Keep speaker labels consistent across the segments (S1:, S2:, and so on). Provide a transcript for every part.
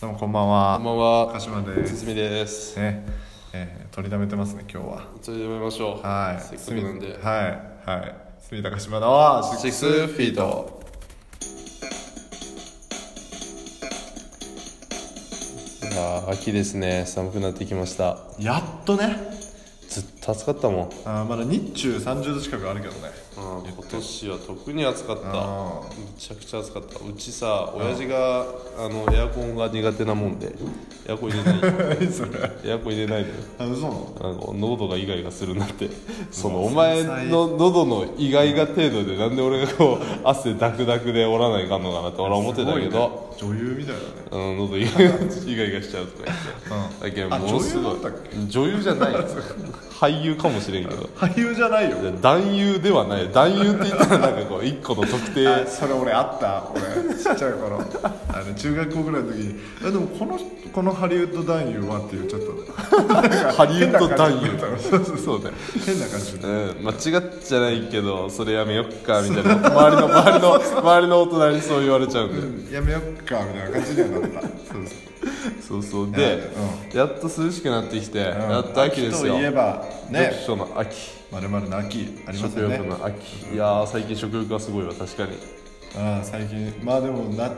S1: どうもこんばんは。
S2: こんばんは。
S1: 鹿島です
S2: つつみです。
S1: ね、えー取りためてますね今日は。
S2: それでめましょう。
S1: はい。
S2: せっかくなん
S1: はい
S2: で。
S1: はい。住田鹿島田は
S2: シックスフィート。いやー秋ですね。寒くなってきました。
S1: やっとね。
S2: ずっと暑かったもん。
S1: あーまだ日中三十度近くあるけどね。
S2: うん、今年は特に暑かった
S1: あ
S2: めちゃくちゃ暑かったうちさ親父があのエアコンが苦手なもんでエアコン入れない
S1: 何それ。
S2: エアコン入れないのよ
S1: あ嘘なの。
S2: あの喉がイガイガするなってそ
S1: も
S2: の
S1: う
S2: お前
S1: 繊細
S2: の喉のイガイガ程度でなんで俺がこう汗ダクダクで折らないかんのかなって俺は思ってたけど、
S1: すごいね女優みたいだね。
S2: あの喉イガイガイガイガしちゃうとか言って、
S1: うん
S2: だけどものすごい
S1: あ女優だったっけ
S2: 女優じゃない 俳優かもしれんけど
S1: 俳優じゃないよ。
S2: 男優ではない男優って言ったらなんかこう一個の特定
S1: あそれ俺あった俺ちっちゃい頃あの中学校ぐらいの時に「えでもこの人このハリウッド男優は」って言っちゃったの
S2: ハリウッド男優
S1: そうそう
S2: そうだよ
S1: 変な感じで
S2: うん、間違っちゃないけどそれやめよっかみたいな周りの周りの周りの大人にそう言われちゃうんだよ
S1: うんやめよっかみたいな感じにはなったそうそう
S2: そうそうで、やっと涼しくなってきて、やっと秋ですよ
S1: といえばね
S2: 読書の秋
S1: まるまるの秋あります
S2: 食
S1: よ
S2: 欲
S1: ね
S2: の秋、いやー最近食欲がすごいわ確かに
S1: ああ最近まあでもな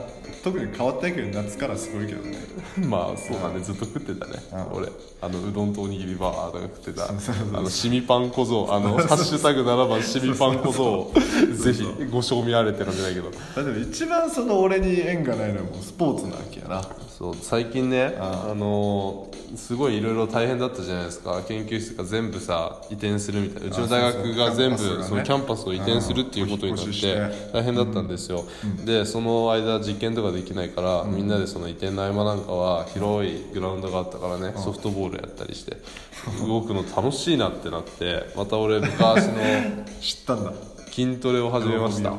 S1: 特に変わったけど夏からすごいけどね
S2: まあそうだねずっと食ってたね、
S1: うん
S2: 俺あのうどんとおにぎりバーとか食って た
S1: そうそうそう
S2: あのしみパン小僧あの 「ハッシュタグ7番しみパン小僧」をぜひご賞味あれって感じだけど
S1: まあでも一番その俺に縁がないのはもうスポーツの秋やな
S2: そう最近ねあのーすごいいろいろ大変だったじゃないですか研究室が全部さ移転するみたいなうちの大学が全部
S1: そうそう
S2: そのキ
S1: キャ
S2: ャ
S1: ン
S2: ンパスを移転するっていうことになっ
S1: うんお引
S2: て
S1: っ越しして
S2: 大変だったんですよ、でその間実験とかできないから、みんなでその移転の合間なんかは広いグラウンドがあったからね、ソフトボールやったりして動くの楽しいなってなってまた俺昔の
S1: 知ったんだ
S2: 筋トレを始め ました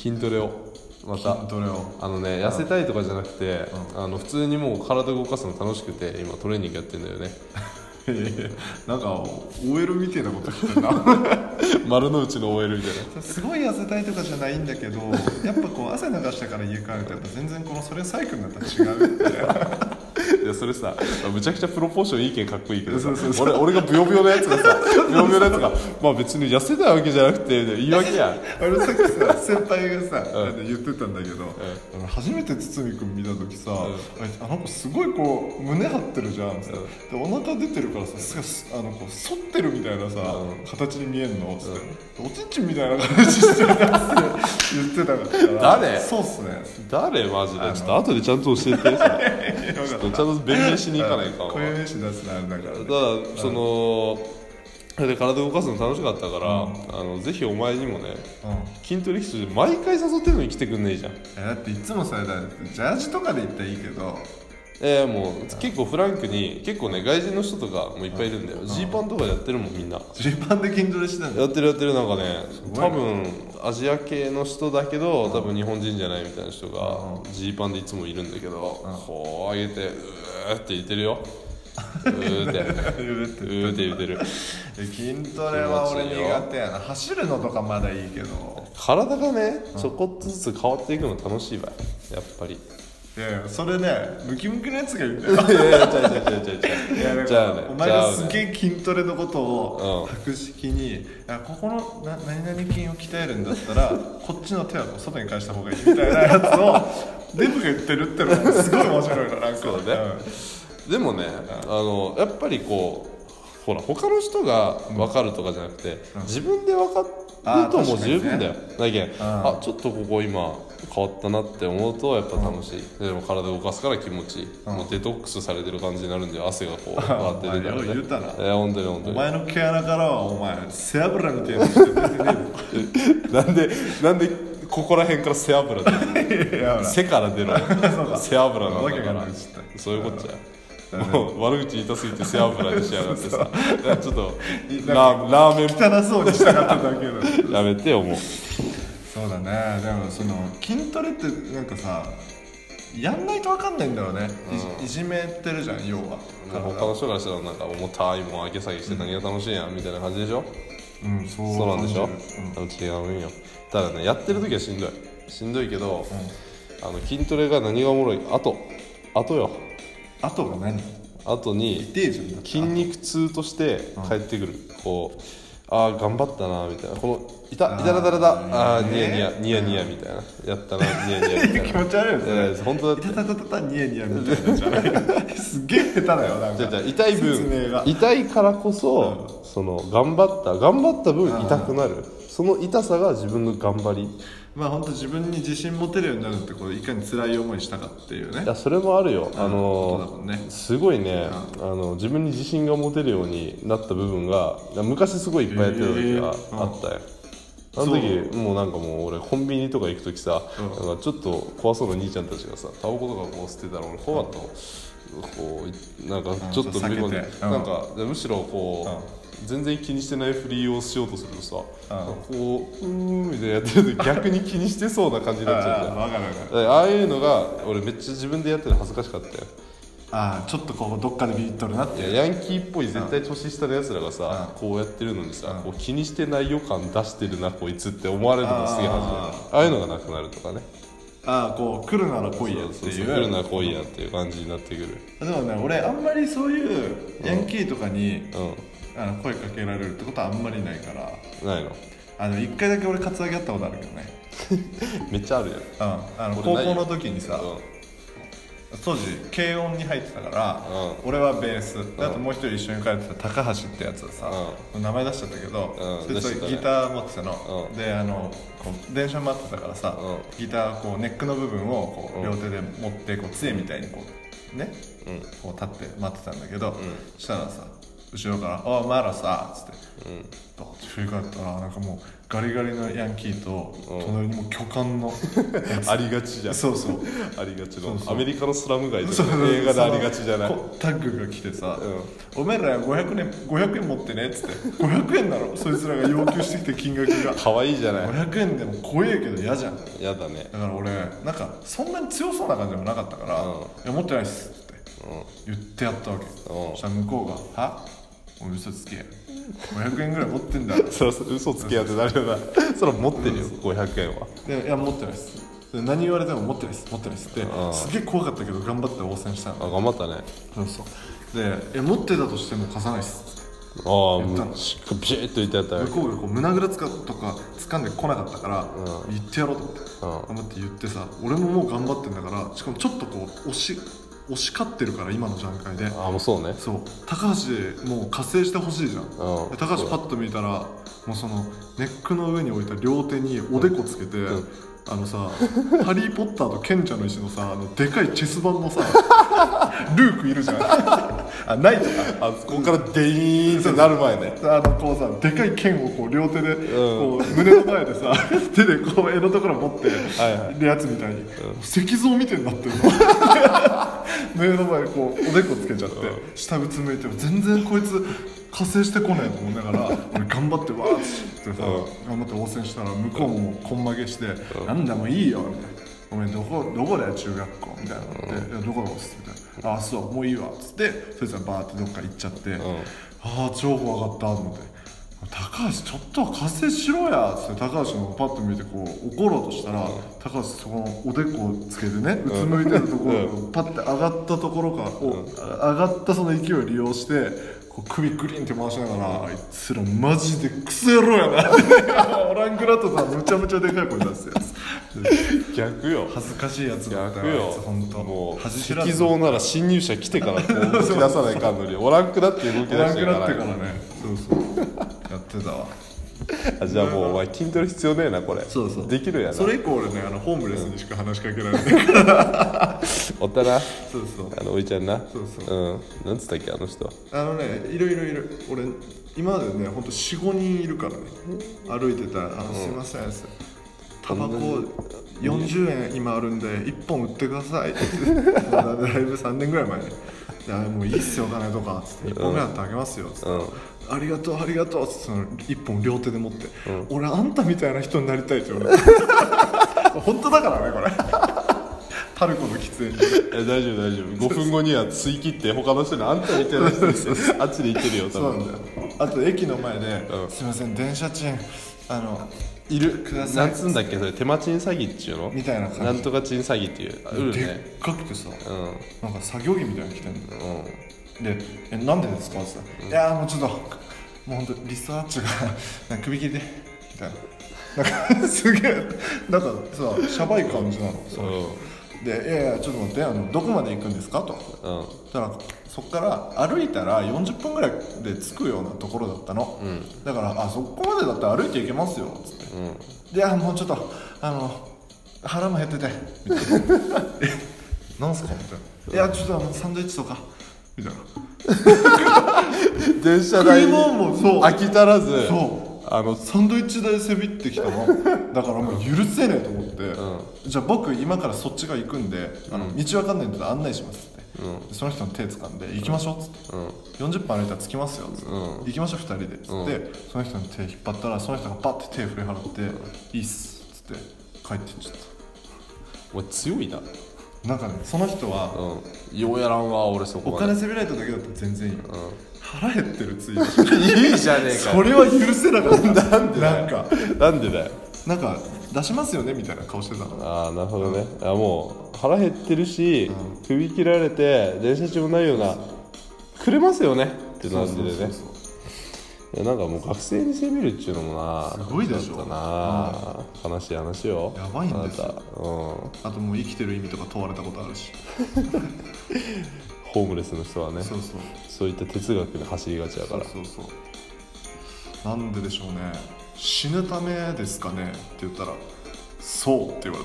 S2: 筋トレをまた
S1: 筋トレを
S2: あのね痩せたいとかじゃなくて、あの普通にもう体動かすの楽しくて今トレーニングやってんだよね
S1: いやいやなんか OL みたいなこと言ってんな
S2: 丸の内の OL みたい
S1: すごい痩せたいとかじゃないんだけどやっぱこう汗流したから家帰るとやっぱ全然このそれサイクルになったら違うみたいな
S2: ないやそれさむちゃくちゃプロポーションいいけんかっこいいけどさ
S1: そうそう
S2: 俺俺がブヨブヨのやつが さブヨブヨのやつがまあ別に痩せたいわけじゃなくて言い訳や
S1: 俺さっき さ先輩がさ、なんか言ってたんだけど、俺初めて堤君見た時さ、ああの子すごいこう胸張ってるじゃん、でお腹出てるからさすごいすあのこう反ってるみたいなさ、形に見えんの、つっておちんちんみたいな形してるやつ言ってたから
S2: 誰
S1: そうっすね
S2: 誰マジでちょっと後でちゃんと教えて
S1: よ
S2: さち
S1: か
S2: ょ
S1: っ
S2: ったとちゃんと弁明しに行かないかんわ
S1: こういう名詞出すのあれだから、
S2: ただそので体動かすの楽しかったから、あのぜひお前にもね
S1: うん
S2: 筋トレ必要で毎回誘ってるのに来てくんねえじゃん
S1: えだっていつもそれだってジャージとかで言ったらいいけど
S2: えー、もう結構フランクに結構ね外人の人とかもいっぱいいるんだよジーパンとかやってるもんみんな
S1: ジーパンで筋トレしてたんだ
S2: やってるやってるなんかね
S1: ごいね
S2: 多分アジア系の人だけど多分日本人じゃないみたいな人がジーパンでいつもいるんだけどこう上げてうーって言ってる ようーって うーって言ってる
S1: 筋トレは俺苦手やな走るのとかまだいいけど
S2: 体がねちょこっとずつ変わっていくの楽しいわやっぱり
S1: いやいやそれねムキムキのやつが言って
S2: いやいや違う違う違う
S1: いやだ
S2: 違う
S1: か
S2: じゃ
S1: ら
S2: あね
S1: お前
S2: じゃ
S1: が
S2: あね
S1: すげえ筋トレのことを
S2: う
S1: 博識にあここのな何々筋を鍛えるんだったらこっちの手はこう外に返した方がいいみたいなや つをデブが言ってるってのがすごい面白いななんか
S2: そうだねでもね、あのやっぱりこうほら他の人が分かるとかじゃなくて、自分で分かるともう十分だよ、だけんあちょっとここ今変わったなって思うとやっぱ楽しい、でも体動かすから気持ちいい、もうデトックスされてる感じになるんで汗がこうバーって出て
S1: お前よう言うたな
S2: え本当に
S1: う
S2: 本当
S1: んお
S2: に
S1: 前の毛穴からはお前背脂みたいなのして出て ね
S2: なんでなんでここら辺から背脂出る
S1: えよい やほら
S2: 背から出ろ 背脂なん
S1: わけ
S2: だか
S1: が
S2: ら
S1: ないちょっと
S2: そういうことじゃん もう悪口言いたすぎて背脂にしやがってさちょっとラーラーメン
S1: 汚そうにしたかっただけだ
S2: やめてよもう
S1: そうだねでもその筋トレってなんかさやんないと分かんないんだよね、いじいじめてるじゃん要は
S2: 他の人からしたらなんか重たいもん上げ下げして何が楽しいやんみたいな感じでしょ
S1: うんそう
S2: そうなんでしょ
S1: 感じる
S2: うち違うんよただねやってる時はしんどいしんどいけどあの筋トレが何がおもろいあとあとよ
S1: あとが何
S2: あとに
S1: 痛えじゃんだって
S2: 筋肉痛として帰ってくる、こうああ頑張ったなみたいなこのいたいたらだらだああーニヤニヤニヤニヤみたいなやったなニヤニヤみたいな
S1: 気持ち悪いよそ
S2: いやい
S1: れ
S2: や本当だ
S1: いたたたたたニヤニヤみたいなんじゃない すげえ下手だよなん
S2: じゃあじゃあ
S1: か
S2: 痛い
S1: 説明が
S2: 分痛いからこそ、その頑張った頑張った分痛くなるその痛さが自分の頑張りい
S1: まあ本当自分に自信持てるようになるってこういかに辛い思いしたかっていうね
S2: やそれもあるよ、
S1: こ
S2: あ
S1: とだ
S2: の
S1: もんね
S2: すごいね、あの自分に自信が持てるようになった部分が昔すごいいっぱいやってた時があったよ、あの時もうなんかもう俺コンビニとか行く時さ、なんかちょっと怖そうな兄ちゃんたちがさタバコとかこう捨てたら俺怖かったもんこういなんかちょっ
S1: 避
S2: と
S1: けて
S2: めり込んで
S1: うん
S2: なんかむしろこう、全然気にしてないふりをしようとするとさ、なんかこううーんみたいなやって ると逆に気にしてそうな感じになっちゃうじゃん
S1: ああ分かる分かる
S2: だからああいうのが俺めっちゃ自分でやってる恥ずかしかったよ
S1: ああちょっとこうどっかでビビっとるなって
S2: いやヤンキーっぽい絶対年下のやつらがさ、こうやってるのにさ、こう気にしてない予感出してるなこいつって思われるのがすげえ恥ずかしいああいうのがなくなるとかね
S1: ああこう来るなら来いやって
S2: そう
S1: い
S2: そうう来るな来いやっていう感じになってくる
S1: でもね俺あんまりそういうヤンキーとかに、
S2: う
S1: あの声かけられるってことはあんまりないから
S2: んないの
S1: あの一回だけ俺カツアゲやったことあるけどね、
S2: めっちゃあるやん
S1: うん、あの
S2: 俺
S1: 高
S2: ないよ
S1: 校の時にさ、
S2: う
S1: 当時軽音に入ってたから、
S2: う
S1: 俺はベースであともう一人一緒に通ってた高橋ってやつはさ、名前出しちゃったけど、
S2: うん
S1: そいつ
S2: 出してたね
S1: ギター持ってたの、
S2: うん
S1: であのこう電車待ってたからさ、
S2: う
S1: ギターこうネックの部分をこう
S2: うん
S1: 両手で持ってこう杖みたいにこうね、
S2: うん
S1: こう立って待ってたんだけど、そしたらさ後ろから「おいお前らさ」っつって。
S2: ん
S1: だって振り返ったらなんかもうガリガリのヤンキーと隣にもう巨漢 の
S2: ありがちじゃん
S1: そうそう
S2: ありがちの
S1: そうそう
S2: アメリカのスラム街と
S1: そ
S2: か
S1: う
S2: 映画でありがちじゃない
S1: そのこうタッグが来てさ、
S2: う
S1: お前ら500円 ,500 円持ってねっつって500円だろそいつらが要求してきた金額が
S2: 可愛いじゃない
S1: 500円でも怖えけど嫌じゃんだか
S2: やだね
S1: ら俺なんかそんなに強そうな感じでもなかったから「
S2: うん
S1: いや持ってないっす」って言ってやったわけ、そしたら向こうが「はお嘘つけ500円ぐらい持ってんだ」
S2: そうそう嘘つけやってなる よなそれ持ってるよ500円は
S1: でいや持ってないですで何言われても持ってないです持ってないですって
S2: ああ
S1: すげえ怖かったけど頑張って応戦したの
S2: あ頑張ったね
S1: そうそうでえ持ってたとしても貸さないです
S2: ああ
S1: やったの
S2: むしっかビシッと言ってやったよ
S1: 向こうがこう胸ぐらつかとか掴んでこなかったから、
S2: う
S1: 言ってやろうと思って、
S2: あ
S1: 頑張って言ってさ俺ももう頑張ってんだからしかもちょっとこう押し押し勝ってるから今の段階で
S2: あもうそうね
S1: そう高橋もう加勢してほしいじゃん
S2: ああ
S1: で高橋パッと見たらもうそのネックの上に置いた両手におでこつけて、
S2: うん
S1: あの さ「ハリー・ポッターと賢者の石」のさあのでかいチェス盤のさ ルークいるじゃん あないとか
S2: あそこからデイーンってなる前ね
S1: あのこうさでかい剣をこう両手でこう胸の前でさ 手でこう柄のところ持って
S2: はいはい
S1: るやつみたいに石像みたいになってるの 胸の前にこうおでこつけちゃって下うつむいても全然こいつ加勢してこないと思いながら俺頑張ってわーっつってさ
S2: う
S1: 頑張って応戦したら向こうもこん負けして「なんだもういいよ」みたいな。お前どこどこだよ中学校みたいなのって、いやどこだっすみたいな「ああそうもういいわ」っつってそいつらバーってどっか行っちゃって、ああ超怖かったと思って「高橋ちょっとは加勢しろや」っつって高橋のパッと見てこう怒ろうとしたら、高橋そこのおでこをつけてねうつむいてるところ、パッて上がったところから、お上がったその勢いを利用してこう首グリンって回しながら、あいつらマジでクソ野郎やなって オラングラットさんむちゃむちゃでかい声出すやつ
S2: 逆よ
S1: 恥ずかしいやつだった
S2: 逆
S1: よ
S2: よ
S1: あいつ本当
S2: もう
S1: 恥知らず
S2: 石像なら侵入者来てからこう動き出さないかんのにおらんくなって動き
S1: オ
S2: 出
S1: ラ
S2: し
S1: ン
S2: て
S1: グ
S2: か
S1: ラットかららねそうそうやってたわ
S2: あじゃあもうお前筋トレ必要ねえなこれ
S1: そうそう
S2: できるやな
S1: それ以降俺ねあのホームレスにしか話しかけられ ない
S2: おったな
S1: そうそう
S2: あのおいちゃんな
S1: そうそう
S2: うんなんつったっけあの人
S1: あのねいろいろいる俺今までねほんと45人いるからね歩いてたら「あのすいません」すタバコ40円今あるんで1本売ってくだ さい」って言ってだいぶ3年ぐらい前に「いやもういいっすよお金とか」つって「1本ぐらいだってあげますよ」つって。
S2: うん
S1: ありがとうありがとうっつってその1本両手で持って、俺あんたみたいな人になりたいって俺 本当だからねこれタルコの喫煙所
S2: え大丈夫大丈夫5分後にはつい切って他の人にあんたみたいな人ですあっちで行ってるよ多
S1: そうな
S2: 分
S1: んだよあと駅の前で「
S2: うん
S1: すいません電車賃あの
S2: いる
S1: ください
S2: なんつうんだっけそれ手間賃詐欺っていうの
S1: みたいな感じ
S2: んとか賃詐欺っていうあるよ
S1: で
S2: ね
S1: っかくてさ
S2: うんうん
S1: なんか作業着みたいなの着てんだよで「えなんでですか?」って言ったら「いやーもうちょっともう本当リサーチが なんか首切りで」みたいななんかすげえなんかさしゃばい感じなのそううんで「いやいやちょっと待ってあのどこまで行くんですか?」と
S2: うん
S1: そしたらそこから歩いたら40分ぐらいで着くようなところだったの、だから「あそこまでだったら歩いて行けますよ」つって
S2: うん
S1: であもうちょっとあの腹も減 っててみたいなえなんすかみたいな「いやちょっとあのサンドイッチとか」みたいな
S2: 電車
S1: 食
S2: 代
S1: い
S2: に
S1: 物もそう
S2: 飽き足らず
S1: そ
S2: あの
S1: サンドイッチ代せびってきたのだからもう許せねえと思って、じゃあ僕今からそっちが行くんであの道わかんないんで案内しますって、でその人の手掴んで行きましょうっつって、40分歩いたら着きますよっつって、行きましょう2人でっつって、その人の手引っ張ったらその人がパッて手振り払って、いいっすっつって帰ってっちゃっ
S2: お前強いな
S1: たなんかねその人は、
S2: うんようやらんわ俺そこ
S1: お
S2: ま
S1: 金
S2: で
S1: せびられただけだと全然いいよ、
S2: ん
S1: 腹減ってるつい で
S2: いいじゃねえか
S1: それは許せなかったなんでなんか
S2: なんでだよ
S1: なんか出しますよねみたいな顔してたの
S2: ああなるほどねあもう腹減ってるし、首切られて電車中もないようなくれますよねってなってでね
S1: そうそうそう
S2: いやなんかもう学生に責めるっちゅうのもな
S1: すごいでしょ
S2: だな、悲しい話よ
S1: やばいんですよ
S2: あなた、うん、ホ
S1: あともう生きてる意味とか問われたことあるし
S2: ームレスの人はね
S1: そうそう
S2: そういった哲学に走りがちだ
S1: そ
S2: か
S1: う
S2: ら
S1: そうそうなんででしょうね死ぬためですかねって言ったらそうって言われ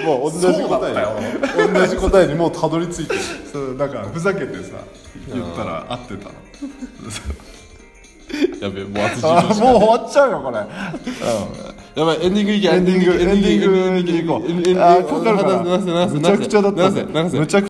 S1: た
S2: もう同じ答
S1: そうだ
S2: えに同じ答えにもうたどり着いてる
S1: そうなんかふざけてさ言ったら合ってたの
S2: やべえもうあと10分
S1: う終わっちゃうよこれ、うん、
S2: やばいエンディングいけエ
S1: エンディングエンディングに行こうあーかかるから
S2: 流せ流せ流せ
S1: むちゃくちゃだった
S2: 流せ流せ
S1: むちゃく